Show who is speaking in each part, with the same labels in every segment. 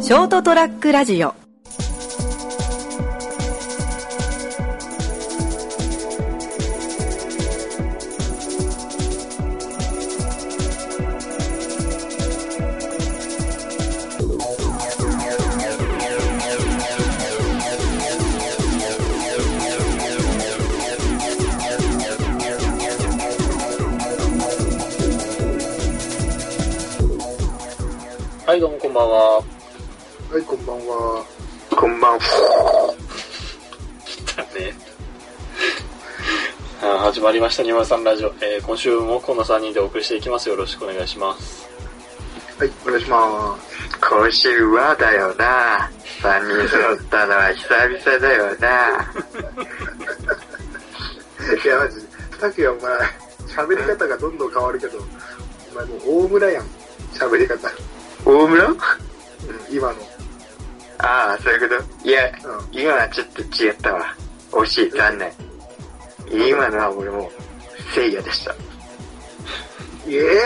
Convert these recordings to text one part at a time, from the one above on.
Speaker 1: ショートトラックラジオ
Speaker 2: はい、どうもこんばんは。
Speaker 3: はい、こんばんは。
Speaker 4: こんばんは。
Speaker 2: だね。 あー始まりました、203ラジオ。えー今週もこの3人でお送りしていきます。よろしくお願いします。
Speaker 3: はい、お願いします。
Speaker 4: 今週はだよな。三人揃ったのは久々だよな。
Speaker 3: いや、マジ、たくやお前、喋り方がどんどん変わるけど、お前もう大村やん、喋り方。
Speaker 4: 大村
Speaker 3: うん、今の。
Speaker 4: ああ、そういうこといや、
Speaker 3: う
Speaker 4: 今はちょっと違ったわ。惜しい、残念。今のは俺も、せいやでした。
Speaker 3: ん。いえ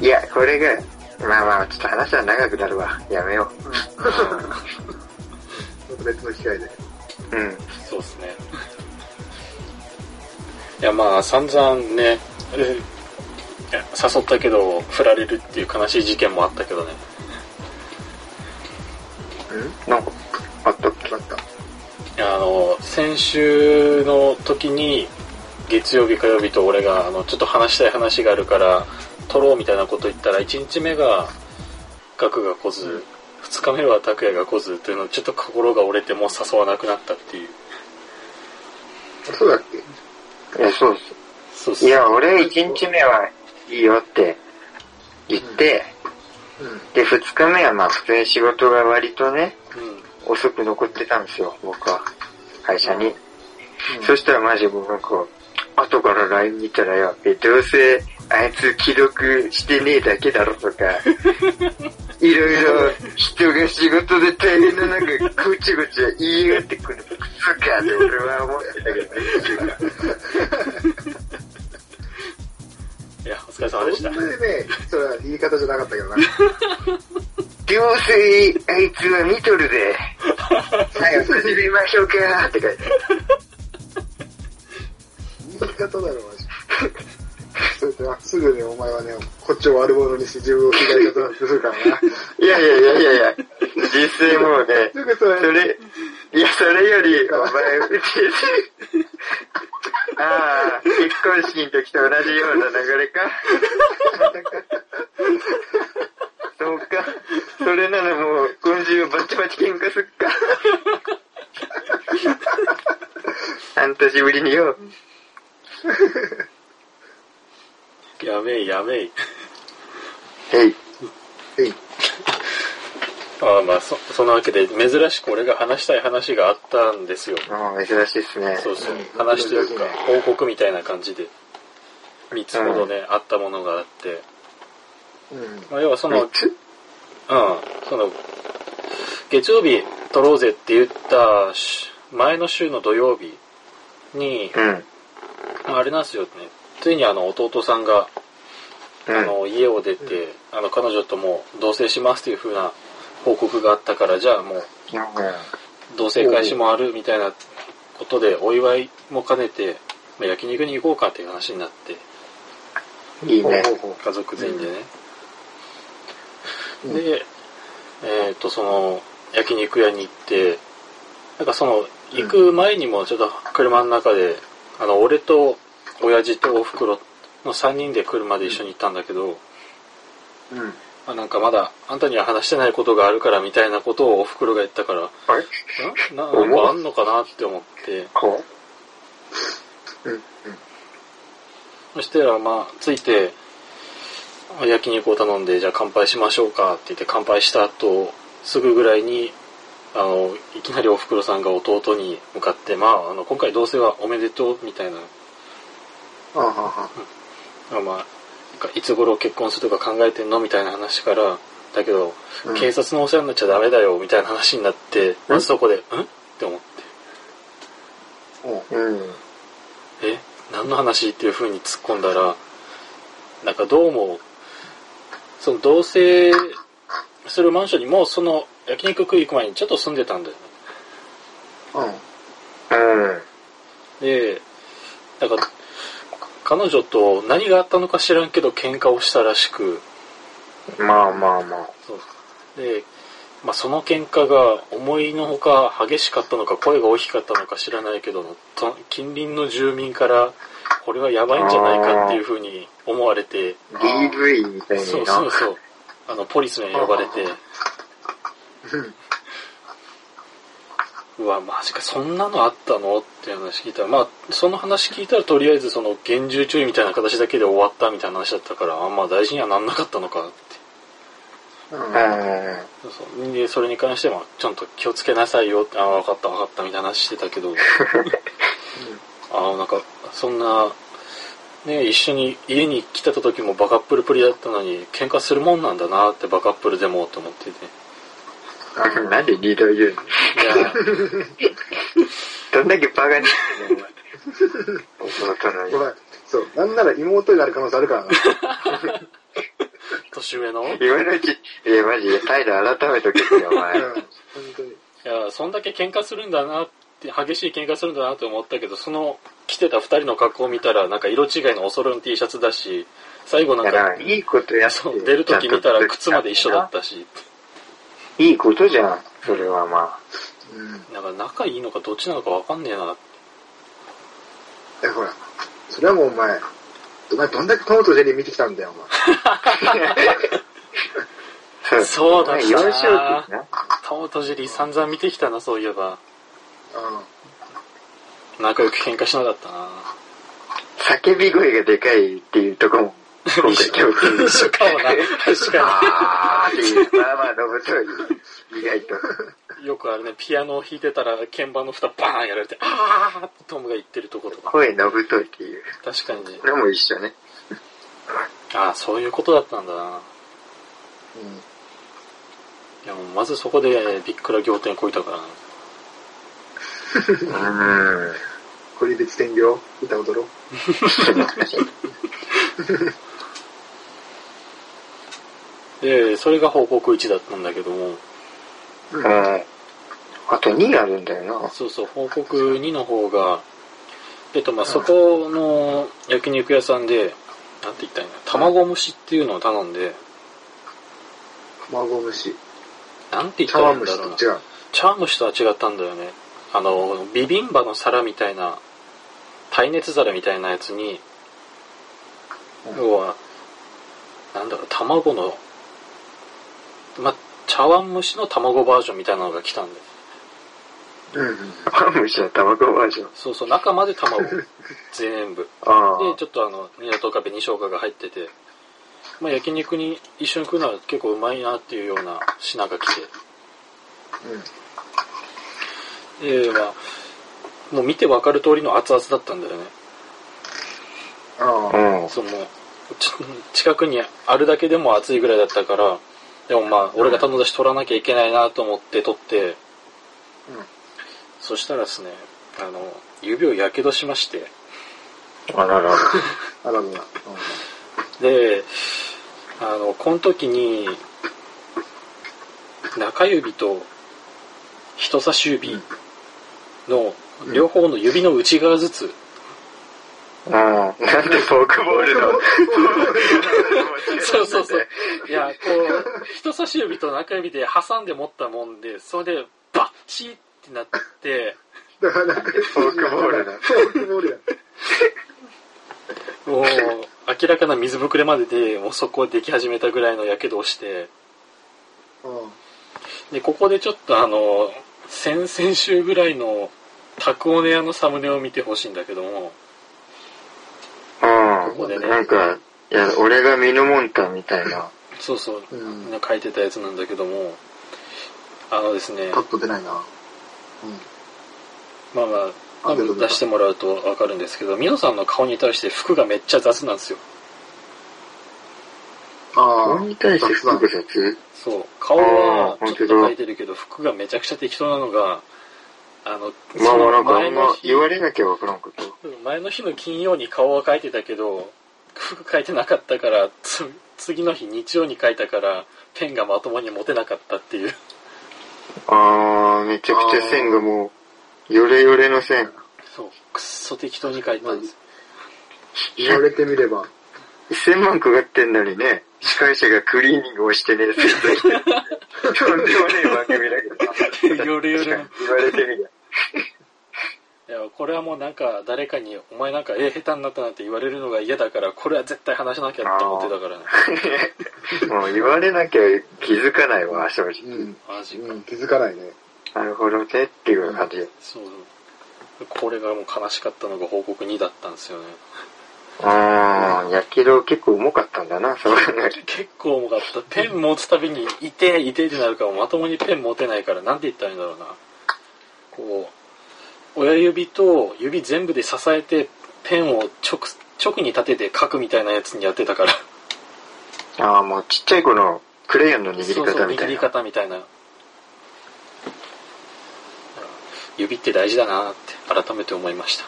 Speaker 4: いや、これが、まあまあ、ちょっと話は長くなるわ。やめよ
Speaker 3: ーうん。また別の機会で。
Speaker 4: う。うん。
Speaker 2: そうですね。いや、まあ、散々ね、えいや誘ったけど、振られるっていう悲しい事件もあったけどね。
Speaker 3: うん
Speaker 4: なんか、あったっけ
Speaker 3: わかっ
Speaker 2: いやあの、先週の時に、月曜日火曜日と俺が、あの、ちょっと話したい話があるから、撮ろうみたいなこと言ったら、1日目が、ガクが来ず、2日目は拓也が来ずというのをちょっと心が折れてもう誘わなくなったっていう。
Speaker 3: た。そうだっけ
Speaker 4: いや、そうそ
Speaker 2: そうっ
Speaker 4: う。
Speaker 2: す
Speaker 4: い
Speaker 2: ね。
Speaker 4: や、俺、一日目はいいよって言って、
Speaker 3: うん。
Speaker 4: で、二日目はまあ、普通に仕事が割とね、
Speaker 2: うん。
Speaker 4: 遅く残ってたんですよ、僕は。会社に。そしたらマジ僕なんか、後から LINE 見たらよ、え、どうせ、あいつ既読してねえだけだろとか、いろいろ人が仕事で大変な中、ごちゃごちゃ言い合ってくるクソかって俺は思ってたけど、
Speaker 2: いや、お疲れ様でした。
Speaker 3: 本当にね、それは言い方じゃなかったけどな。
Speaker 4: どうせ、あいつは見とるで、早く始めましょうかって書いてある。
Speaker 3: 言い方だろ、マジ。それではすぐね、お前はね、こっちを悪者にして自分を被害者となってするからな。
Speaker 4: いやいやいやいやいや、実際もうね、
Speaker 3: すぐそれ、
Speaker 4: それ、いや、それより、お前、うち、ああ、結婚式の時と同じような流れか。そうか。それならもう、今週バチバチ喧嘩すっか。半年ぶりによ。
Speaker 2: やめい、やめい。
Speaker 4: えい。
Speaker 3: えい
Speaker 2: まあまあ、そ、そんなわけで、珍しく俺が話したい話があったんですよ。
Speaker 4: もう珍しいっすね。
Speaker 2: そうそう
Speaker 3: うん。
Speaker 2: 話というか、報告みたいな感じで、3つほどね、あったものがあって。
Speaker 3: うん。
Speaker 2: まあ、要はその、うん
Speaker 4: 三、つ
Speaker 2: その、月曜日撮ろうぜって言ったし前の週の土曜日に、
Speaker 4: うん。
Speaker 2: まああれなんですよね、ついにあの弟さんが、
Speaker 4: うん。
Speaker 2: あの家を出て、あの彼女ともう同棲しますという風な報告があったから、じゃあもう
Speaker 4: なんか、
Speaker 2: 同棲開始もあるみたいなことで、お祝いも兼ねて、まあ焼肉に行こうかっていう話になって、
Speaker 4: いいね。
Speaker 3: ほうほうほ
Speaker 2: 家族全員でね、
Speaker 3: うん
Speaker 2: でえっ、とその焼肉屋に行ってなんかその行く前にもちょっと車の中で、あの俺と親父とおふくろの3人で車で一緒に行ったんだけど、
Speaker 3: ううん。
Speaker 2: あなんかまだあんたには話してないことがあるからみたいなことをおふくろが言ったから
Speaker 4: あれ
Speaker 2: なななんかあんのかなって思って
Speaker 4: こ
Speaker 3: うん。うん。
Speaker 2: そしたらまあ着いて焼肉を頼んでじゃあ乾杯しましょうかって言って乾杯した後すぐぐらいにあのいきなりおふくろさんが弟に向かって「まああの今回同棲はおめでとう」みたいな
Speaker 3: あはは。
Speaker 2: 「まあなんかいつ頃結婚するとか考えてんの?」みたいな話から「だけど、
Speaker 3: うん
Speaker 2: 警察のお世話になっちゃダメだよ」みたいな話になってまずそこで「ん?」って思って
Speaker 3: うん。
Speaker 4: ううん。
Speaker 2: え何の話っていう風に突っ込んだらなんかどうもその同棲するマンションにも、その焼肉食い行く前にちょっと住んでたんだよね。
Speaker 3: うん。
Speaker 4: うん。
Speaker 2: で、なんか、彼女と何があったのか知らんけど喧嘩をしたらしく、
Speaker 4: まあまあまあ。
Speaker 2: で、まあ、その喧嘩が思いのほか激しかったのか声が大きかったのか知らないけどもと近隣の住民からこれはやばいんじゃないかっていうふうに思われて
Speaker 4: DV みたい
Speaker 2: そ
Speaker 4: に
Speaker 2: う
Speaker 4: な。
Speaker 2: そうそうあのポリスに呼ばれてうわマジかそんなのあったのっていう話聞いたらまあその話聞いたらとりあえずその厳重注意みたいな形だけで終わったみたいな話だったからあんまあ大事にはなんなかったのかって
Speaker 3: うん。
Speaker 4: うん。
Speaker 2: そうそうでそれに関してもちゃんと気をつけなさいよってああ分かった分かったみたいな話してたけどああなんかそんなね一緒に家に来てた時もバカップルプリだったのに喧嘩するもんなんだなってバカップルでもと思ってて
Speaker 4: なんでリーダー言うの
Speaker 2: いや
Speaker 4: どんだけバカにしてんのお前弟の
Speaker 3: ごめ
Speaker 4: よ
Speaker 3: ん。そう。なんなら妹になる可能性あるからな。
Speaker 2: 年上のい
Speaker 4: 今のうち、え、マジで、態度改めとけってよ、お
Speaker 3: う
Speaker 4: 前。
Speaker 3: ん。本当に。
Speaker 2: やそんだけ喧嘩するんだなって激しい喧嘩するんだなって思ったけどその着てた2人の格好を見たらなんか色違いのおそろいの T シャツだし最後なん
Speaker 4: だか、
Speaker 2: から
Speaker 4: いいことやって
Speaker 2: そ
Speaker 4: よ
Speaker 2: う出る時見たら靴まで一緒だっ
Speaker 4: ちゃんと
Speaker 2: たし
Speaker 4: いいことじゃん、それはま
Speaker 3: うん。
Speaker 2: なんか仲いいのかどっちなのか分かんねえな
Speaker 3: え、ほら。それはもうお前、お前どんだけトムとジェリー見てきたんだよ、お前。
Speaker 4: あ。
Speaker 2: そうだ
Speaker 4: な。
Speaker 2: な
Speaker 4: 幼少期な。
Speaker 2: タモとジェリー散々見てきたな、そういえば。
Speaker 3: うん。
Speaker 2: 仲良く喧嘩しなかったな。
Speaker 4: 叫び声がでかいっていうとこも、今回共通
Speaker 2: 一緒かもな。確か
Speaker 4: あーっていう、まあまあのぶとい、意外と。
Speaker 2: に。よくあれね、ピアノを弾いてたら鍵盤の蓋バーンやられて、あーってトムが言ってるとことか。
Speaker 4: 声のぶといっていう
Speaker 2: 確かにね。
Speaker 4: のも一緒ね。
Speaker 2: ああ、そういうことだったんだな。いや、もうまずそこでびっくら仰天こいたからな。
Speaker 4: うーん。
Speaker 3: 堀別天領、歌踊ろう。
Speaker 2: で、それが報告1だったんだけども、
Speaker 4: うんあと2あるんだ よな。
Speaker 2: そうそう、報告2の方が、えっと、まあ、そこの焼肉屋さんで、なんて言ったらいいの卵蒸しっていうのを頼んで、
Speaker 3: 卵虫。
Speaker 2: なんて言っ
Speaker 3: 茶
Speaker 2: たらい
Speaker 3: 碗
Speaker 2: いん
Speaker 3: 蒸
Speaker 2: だ
Speaker 3: し
Speaker 2: ろうな。
Speaker 3: と違う。
Speaker 2: チャームシとは違ったんだよね。あの、ビビンバの皿みたいな、耐熱皿みたいなやつに、
Speaker 3: うん
Speaker 2: 要は、なんだろう、卵の、ま、茶碗蒸しの卵バージョンみたいなのが来たんだよ。
Speaker 3: うんうん。
Speaker 4: パン蒸しの卵バージョン。
Speaker 2: そうそう、中まで卵。全部。
Speaker 4: あ
Speaker 2: で、ちょっとあの、ニラとか紅生姜が入ってて、まあ、焼肉に一緒に食うなら結構うまいなっていうような品が来て。で、まあ、もう見てわかる通りの熱々だったんだよね。
Speaker 3: あ
Speaker 4: あ。うん。
Speaker 2: その、ち近くにあるだけでも暑いぐらいだったから、でもまあ、俺が頼んだし取らなきゃいけないなと思って取って、そしたらですね、あの、指をやけどしまして、
Speaker 4: あら ら。
Speaker 3: あ。あらら。うん
Speaker 2: で、あの、この時に、中指と人差し指の両方の指の内側ずつ、
Speaker 4: うん。なんでフォークボールの。
Speaker 2: そうそうそう。いや、こう、人差し指と中指で挟んで持ったもんで、それでバッチリってなって、
Speaker 3: だから、
Speaker 4: フォークボールだ
Speaker 3: フォークボールだ。
Speaker 2: もう、明らかな水ぶくれまでで、もうそこでき始めたぐらいのやけどをして、
Speaker 3: うん。
Speaker 2: で、ここでちょっとあの、先々週ぐらいのタクオネアのサムネを見てほしいんだけども、こ
Speaker 4: う
Speaker 2: で
Speaker 4: ん。
Speaker 2: ね
Speaker 4: なんか、いや、俺がミノモンタみたいな。
Speaker 2: そうそう、
Speaker 3: うん
Speaker 2: 書いてたやつなんだけども、あのですね、
Speaker 3: パッと出ないな。うん。
Speaker 2: まあまあ、多分出してもらうとわかるんですけど、ミノさんの顔に対して服がめっちゃ雑なんですよ。
Speaker 4: こ
Speaker 3: あ
Speaker 4: れに対して複雑
Speaker 2: そう、顔は
Speaker 4: あー
Speaker 2: ちょっと描いてるけど、服がめちゃくちゃ適当なのが、あの、
Speaker 4: まあまあなんかあ
Speaker 2: 前
Speaker 4: んま
Speaker 2: の日
Speaker 4: 言われなきゃわからんこと。
Speaker 2: 前の日の金曜に顔は描いてたけど、服描いてなかったから、つ次の日日曜に書いたから、ペンがまともに持てなかったっていう。
Speaker 4: あー、めちゃくちゃ線がもう、よれよれの線。
Speaker 2: そう、くっそ適当に書いたんです。
Speaker 3: 言われてみれば、
Speaker 4: 1000万くがってんのにね、司会者がクリーニングをしてね、ずっ と言ってとんでもねえ番組だけどな。
Speaker 2: よれよれの
Speaker 4: 確かに言われてみりゃ。
Speaker 2: いや、これはもうなんか、誰かに、お前なんか絵下手になったなんて言われるのが嫌だから、これは絶対話しなきゃって思ってたからね。
Speaker 4: もう言われなきゃ気づかないわ、正
Speaker 3: う
Speaker 4: 直。
Speaker 3: ん、
Speaker 2: マジか。
Speaker 3: うん、気づかないね。
Speaker 4: なるほどね、っていう感じ。
Speaker 2: そうそう。これがもう悲しかったのが報告2だったんですよね。
Speaker 4: あー、やけど結構重かったんだな、そう考える
Speaker 2: 結構重かった。ペン持つたびに、痛え、痛えってなるから、まともにペン持てないから、なんて言ったらいいんだろうな。こう、親指と指全部で支えて、ペンを直、直に立てて書くみたいなやつにやってたから。
Speaker 4: と。あー、もうちっちゃい子のクレヨンの握り
Speaker 2: そうそ
Speaker 4: 方
Speaker 2: う
Speaker 4: みた
Speaker 2: 握
Speaker 4: い
Speaker 2: り
Speaker 4: な。
Speaker 2: 方みたいな指って大事だなって改めて思いました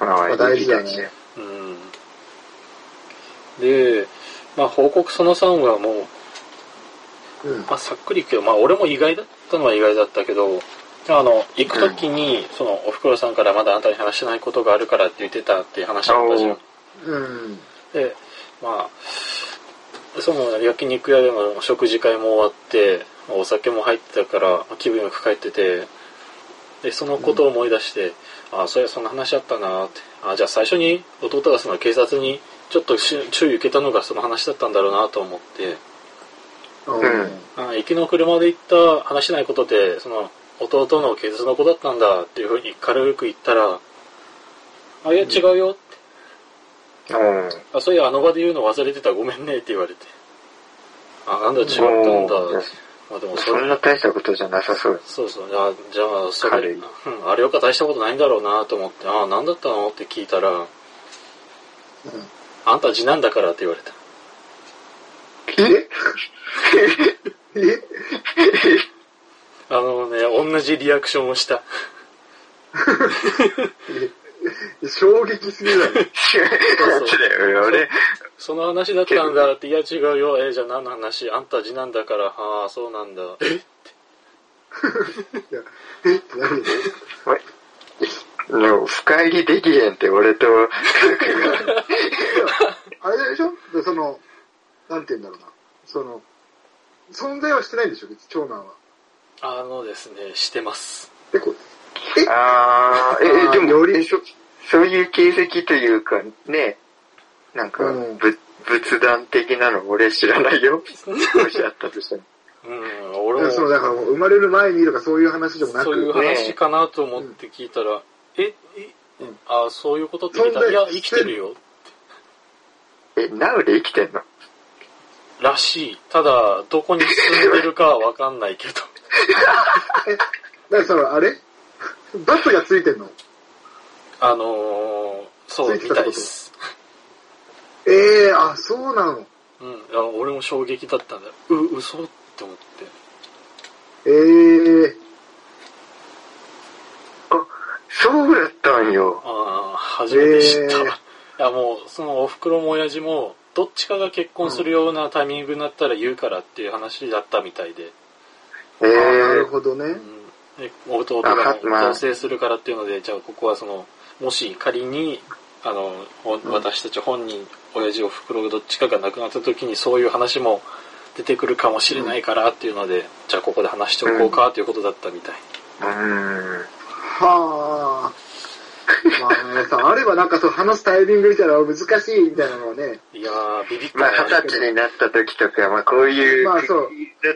Speaker 4: あ
Speaker 3: まあ
Speaker 4: ー
Speaker 3: 大事だね。
Speaker 2: うんで、まあ、報告その3はもう、
Speaker 3: うん。
Speaker 2: まあ、さっくり言うけど、まあ、俺も意外だったのは意外だったけどあの行く時に、そのおふくろさんからまだあんたに話してないことがあるからって言ってたっていう話だったじゃん
Speaker 4: おー
Speaker 3: うん。
Speaker 2: でまあその焼肉屋での食事会も終わってお酒も入ってたから気分よく帰っててでそのことを思い出して、ああそりゃそんな話あったなってあじゃあ最初に弟がその警察にちょっとし注意受けたのがその話だったんだろうなと思って
Speaker 3: うん。
Speaker 2: あ行きの車で行った話しないことでその弟の警察の子だったんだっていうふうに軽く言ったら「あいや違うよ」って
Speaker 4: うん。
Speaker 2: あ、そういや、あの場で言うの忘れてた、ごめんねって言われて。あ、なんだ、違ったんだ。
Speaker 4: もう
Speaker 2: まあでもそ
Speaker 4: そん
Speaker 2: れ、
Speaker 4: な大したことじゃなさそう。
Speaker 2: そうそう、あじゃあ、それ、
Speaker 4: 軽い
Speaker 2: うん、あれよか大したことないんだろうなと思って、あ、なんだったのって聞いたら、あんた次男だからって言われた。
Speaker 3: ええ
Speaker 2: あのね、同じリアクションをした。
Speaker 3: 衝撃すぎない。
Speaker 4: やつだよ、俺。
Speaker 2: その話だったんだって、いや違うよ、えじゃあ何の話あんた次男だから、ああ、そうなんだ。え
Speaker 3: いやえってなるよ
Speaker 4: の深入りできへんって、俺と、
Speaker 3: あれでしょでその、なんて言うんだろうな。その、存在はしてないんでしょ別に長男は。
Speaker 2: あのですね、してます。
Speaker 3: え、こ
Speaker 4: あ
Speaker 3: あ
Speaker 4: ー、
Speaker 3: ー
Speaker 4: え、でも、
Speaker 3: より
Speaker 4: えそそういう形跡というか、ね、なんか、
Speaker 3: うん
Speaker 4: ぶ仏壇的なの俺知らないよ。少しあったとしても。
Speaker 2: うん、俺
Speaker 3: う、
Speaker 2: も。
Speaker 3: その、だからもう生まれる前にとかそういう話でもな
Speaker 2: そういう
Speaker 3: く、
Speaker 2: 話かなと思って聞いたら、え、え、
Speaker 3: うん
Speaker 2: あそういうことって聞いたら、
Speaker 3: そん
Speaker 2: い
Speaker 3: で
Speaker 2: や、生きてるよ。
Speaker 4: え、ナウで生きてんの
Speaker 2: らしい。ただ、どこに住んでるかはわかんないけど。
Speaker 3: だからその、あれ バツがついてんの
Speaker 2: あのー、そう、
Speaker 3: ついて
Speaker 2: み
Speaker 3: たっ
Speaker 2: たい
Speaker 3: てこと
Speaker 2: です。
Speaker 3: ええー、あ、そうなの。
Speaker 2: うん。いや俺も衝撃だったんだよ。う、嘘って思って。
Speaker 3: ええ
Speaker 4: そうだったんよ。
Speaker 2: ああ、初めて知ったわ。
Speaker 3: え
Speaker 2: い
Speaker 3: ー
Speaker 2: や、もう、そのお袋も親父も、どっちかが結婚するようなタイミングになったら言うからっていう話だったみたいで。
Speaker 3: あ
Speaker 4: え
Speaker 3: なる
Speaker 4: ー、
Speaker 3: ほどね。
Speaker 2: うんで弟が
Speaker 4: あまあ
Speaker 2: 同棲するからっていうので、じゃあここはその、もし仮に、あの、ほ私たち本人、親父お袋どっちかが亡くなった時にそういう話も出てくるかもしれないからっていうので、じゃあここで話しておこうかということだったみたい。
Speaker 4: うー
Speaker 3: は
Speaker 4: ん。
Speaker 3: あ。 まあね、さ、あればなんかそう話すタイミングみたいなの難しいみたいなのはね、
Speaker 2: いやー、ビビった
Speaker 4: まあ、
Speaker 2: ね
Speaker 4: 二十歳になった時とか、まあ、こういう、
Speaker 3: まあそう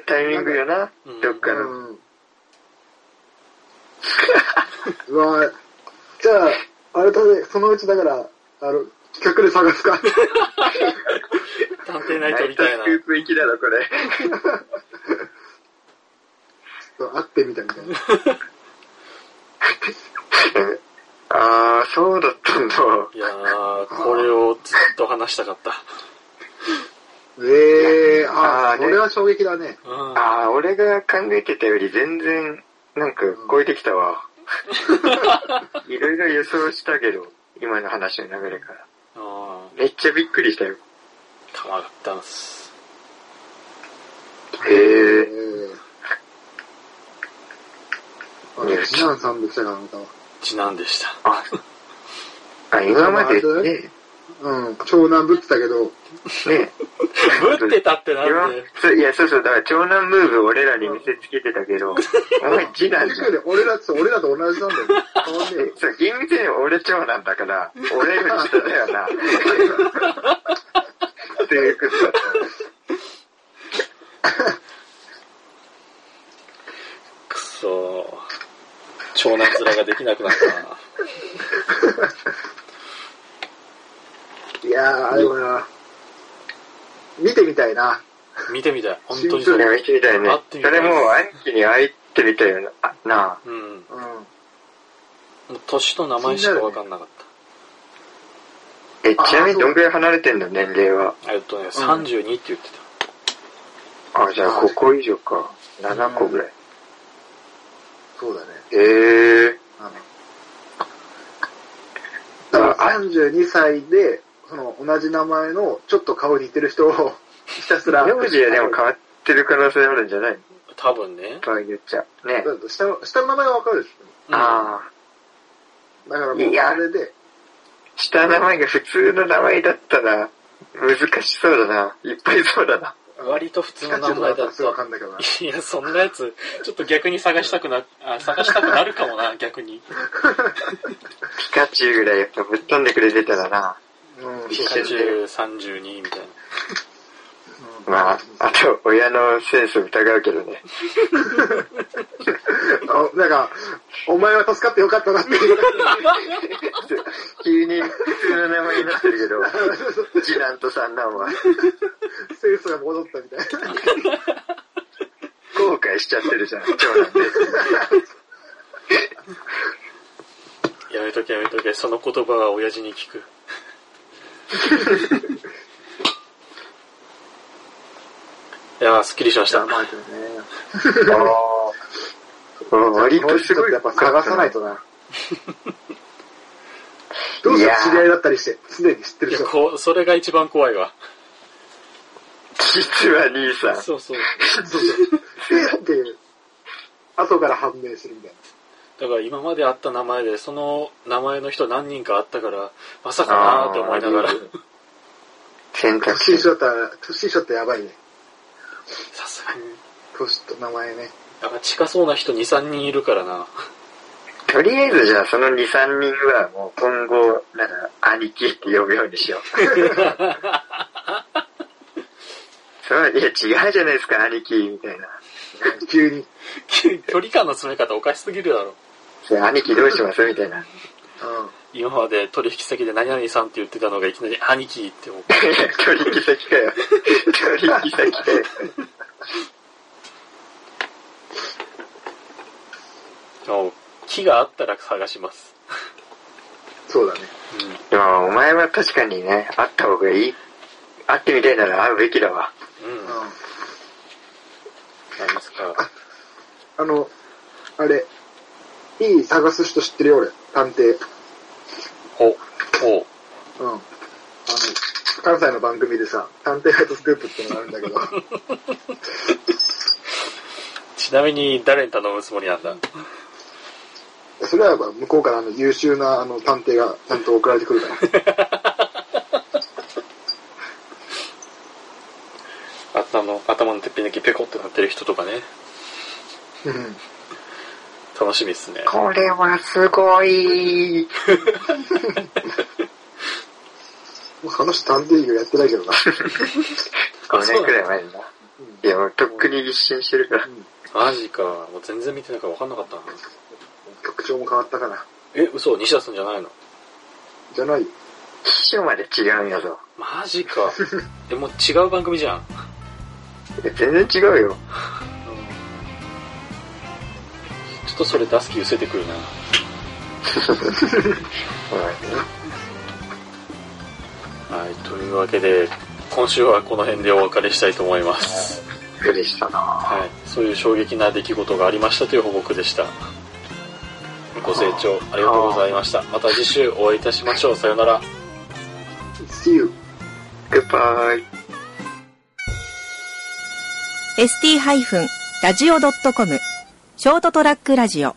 Speaker 4: タイミングよな
Speaker 2: うん、
Speaker 4: ど
Speaker 3: う
Speaker 4: っかの。
Speaker 3: ん。 うわじゃあ、あれだね、そのうちだから、あの、企画で探すか。
Speaker 2: 探偵ナイト
Speaker 4: ナ
Speaker 2: み
Speaker 4: イ
Speaker 2: た
Speaker 4: ト
Speaker 2: いな
Speaker 4: ス。クープ行きだろ、これ。
Speaker 3: そう会ってみたみたいな。
Speaker 4: あー、そうだったんだ。
Speaker 2: いやー、これをずっと話したかった。
Speaker 3: ええー、あ
Speaker 4: あ
Speaker 3: あ、
Speaker 4: ー
Speaker 3: それは衝撃だね。
Speaker 2: うん。
Speaker 4: あー、俺が考えてたより全然、なんか超えてきたわ。いろいろ予想したけど、今の話の流れから。
Speaker 2: あー
Speaker 4: めっちゃびっくりしたよ。
Speaker 2: かまったんす。
Speaker 4: へ
Speaker 3: え
Speaker 4: え。
Speaker 3: あれ、次男さんでしたか、あなたは。
Speaker 2: 次男でした。
Speaker 4: あ、あ今までね、
Speaker 3: うん、長男ぶってたけど、
Speaker 4: ね、
Speaker 2: ぶってたってな
Speaker 4: 今
Speaker 2: んで。
Speaker 4: そういや、そうそう、だから長男ムーブ俺らに見せつけてたけど、お前次男じゃ
Speaker 3: 確。
Speaker 4: ん
Speaker 3: かに俺らと、俺らと同じなんだよ。変わんねえよ
Speaker 4: えそう、厳密に俺長男だから、俺より下だよ な。っていうことだった。
Speaker 2: くそー長男面ができなくなったな。
Speaker 3: いやー、でもな、見てみたいな。見
Speaker 2: 見てみたい。本当に
Speaker 3: シ
Speaker 2: そ
Speaker 3: ンプ
Speaker 4: ね、
Speaker 2: う。
Speaker 4: 見てみたいね
Speaker 2: 会って。みた
Speaker 4: そ
Speaker 2: い
Speaker 4: れもう兄貴に会ってみたいよな。あなあ。
Speaker 2: うん。も
Speaker 3: うん。
Speaker 2: う年と名前しかわかんなかっ
Speaker 4: え、ちなみにどんぐらい離れてんの年齢は。
Speaker 2: た。えっとね、32って言って
Speaker 4: あ、じゃあ5個以上か。7個ぐらい。
Speaker 3: そうだね。
Speaker 4: へえ。
Speaker 3: あの、だから32歳で、その、同じ名前の、ちょっと顔似てる人 を、ひたすら。
Speaker 4: 名字はでも変わってる可能性あるんじゃないの
Speaker 2: た。多分ね。
Speaker 4: 場合によっちゃ。ね。
Speaker 3: だって下の、下の名前はわかるでし
Speaker 2: うん
Speaker 4: ああ。
Speaker 3: ょ。だからも、
Speaker 4: いうや
Speaker 3: あれで、
Speaker 4: 下の名前が普通の名前だったら、難しそうだな。いっぱいそうだな。
Speaker 2: 割と普通
Speaker 3: ピ
Speaker 2: の
Speaker 3: カチ
Speaker 2: 名
Speaker 3: ュウだ
Speaker 2: 前だ
Speaker 3: った
Speaker 2: っ
Speaker 3: らすぐわ
Speaker 2: た。
Speaker 3: かんないけどな。
Speaker 2: いや、そんなやつ、ちょっと逆に探したくな、あ探したくなるかもな、逆に。
Speaker 4: ピカチュウぐらいやっぱぶっ飛んでくれてたらな。
Speaker 3: うん、
Speaker 2: ピ
Speaker 3: そう
Speaker 2: カチュウ32みたいな。
Speaker 3: うん
Speaker 4: まあ、あと、親のセンス疑うけどね。
Speaker 3: あなんか、お前は助かってよかったなって いう。
Speaker 4: 急に普通の名前になってるけど、次男と三男は
Speaker 3: センスが戻ったみたいな。
Speaker 4: 後悔しちゃってるじゃん、長男で。
Speaker 2: やめとけやめとけ、その言葉は親父に 聞く。いやー、すっきりしました。
Speaker 3: まあけどね。
Speaker 4: ああ。割とす
Speaker 3: 人っ
Speaker 4: ご
Speaker 3: て
Speaker 4: い。
Speaker 3: やっぱ探さない。とな。 どうする
Speaker 4: いやー
Speaker 3: 知り合いだったりして、すでに知ってる
Speaker 2: いや、
Speaker 3: 人。
Speaker 2: こう、それが一番怖いわ。
Speaker 4: 実は兄さん。
Speaker 2: そうそう。
Speaker 3: え っていう。後から判明するみたい
Speaker 2: だから今まであった名前で、その名前の人何人かあったから、まさかなーって思いながら
Speaker 4: あ、選
Speaker 3: な。
Speaker 4: 択
Speaker 3: 年
Speaker 4: 肢
Speaker 3: 一。緒だったら、年一緒ってやばいね。
Speaker 2: さすがに。
Speaker 3: 年と名前 ね。
Speaker 2: なんか近そうな人2、3人いるからな。
Speaker 4: とりあえずじゃあその2、3人はもう今後、なんか、兄貴って呼ぶようにしよう。そう、いや違うじゃないですか、兄貴、みたいな。
Speaker 3: 急に。
Speaker 2: 距離感の詰め方おかしすぎるだろ。
Speaker 4: それ兄貴どうしますみたいな。
Speaker 3: う
Speaker 2: 今まで取引先で何々さんって言ってたのがいきなり兄貴って 思 う。
Speaker 4: 取引先かよ。取引先かよ。
Speaker 2: でも木があったら探します。
Speaker 3: ん。そうだね。
Speaker 4: でも、お前は確かにね、会った方がいい。会ってみたいなら会うべきだわ。
Speaker 2: うん。うん。
Speaker 3: うん。
Speaker 2: なん
Speaker 3: あ
Speaker 2: ですか。
Speaker 3: の、あれ、いい探す人知ってるよ、俺。探偵。
Speaker 2: お、お、
Speaker 3: うん。あの、関西の番組でさ、探偵ハイトスクープってのがあるんだけど、
Speaker 2: ちなみに誰に頼むつもりなんだ
Speaker 3: それはやっぱ向こうからあの優秀なあの探偵がちゃんと送られてくるから。
Speaker 2: 頭の、頭のてっぺんだけペコってなってる人とかね。
Speaker 3: うん。
Speaker 2: 楽しみっすね。
Speaker 4: これはすごい。
Speaker 3: もうその人探偵業やってないけどな。
Speaker 4: 5年くらい前にな。いや、もうとっくに一新してるから。
Speaker 2: マジか。もう全然見てないから分かんなかったな。
Speaker 3: 局長も変わったから。
Speaker 2: え、嘘西田さんじゃないの
Speaker 3: じゃないよ。
Speaker 4: 秘書まで違うんやぞ。
Speaker 2: マジ か。え、もう違う番組じゃん。
Speaker 4: いや全然違うよ。
Speaker 2: ちょっとそれ出す気失せてくるな。
Speaker 4: お前ね
Speaker 2: はい、というわけで、今週はこの辺でお別れしたいと思います。
Speaker 4: びっくりしたな
Speaker 2: はい、そういう衝撃な出来事がありましたという報告でした。ご清聴ありがとうございました。また次週お会いいたしましょう。さようなら。
Speaker 3: See you.
Speaker 4: はーい。
Speaker 1: ST-radio.com ショートトラックラジオ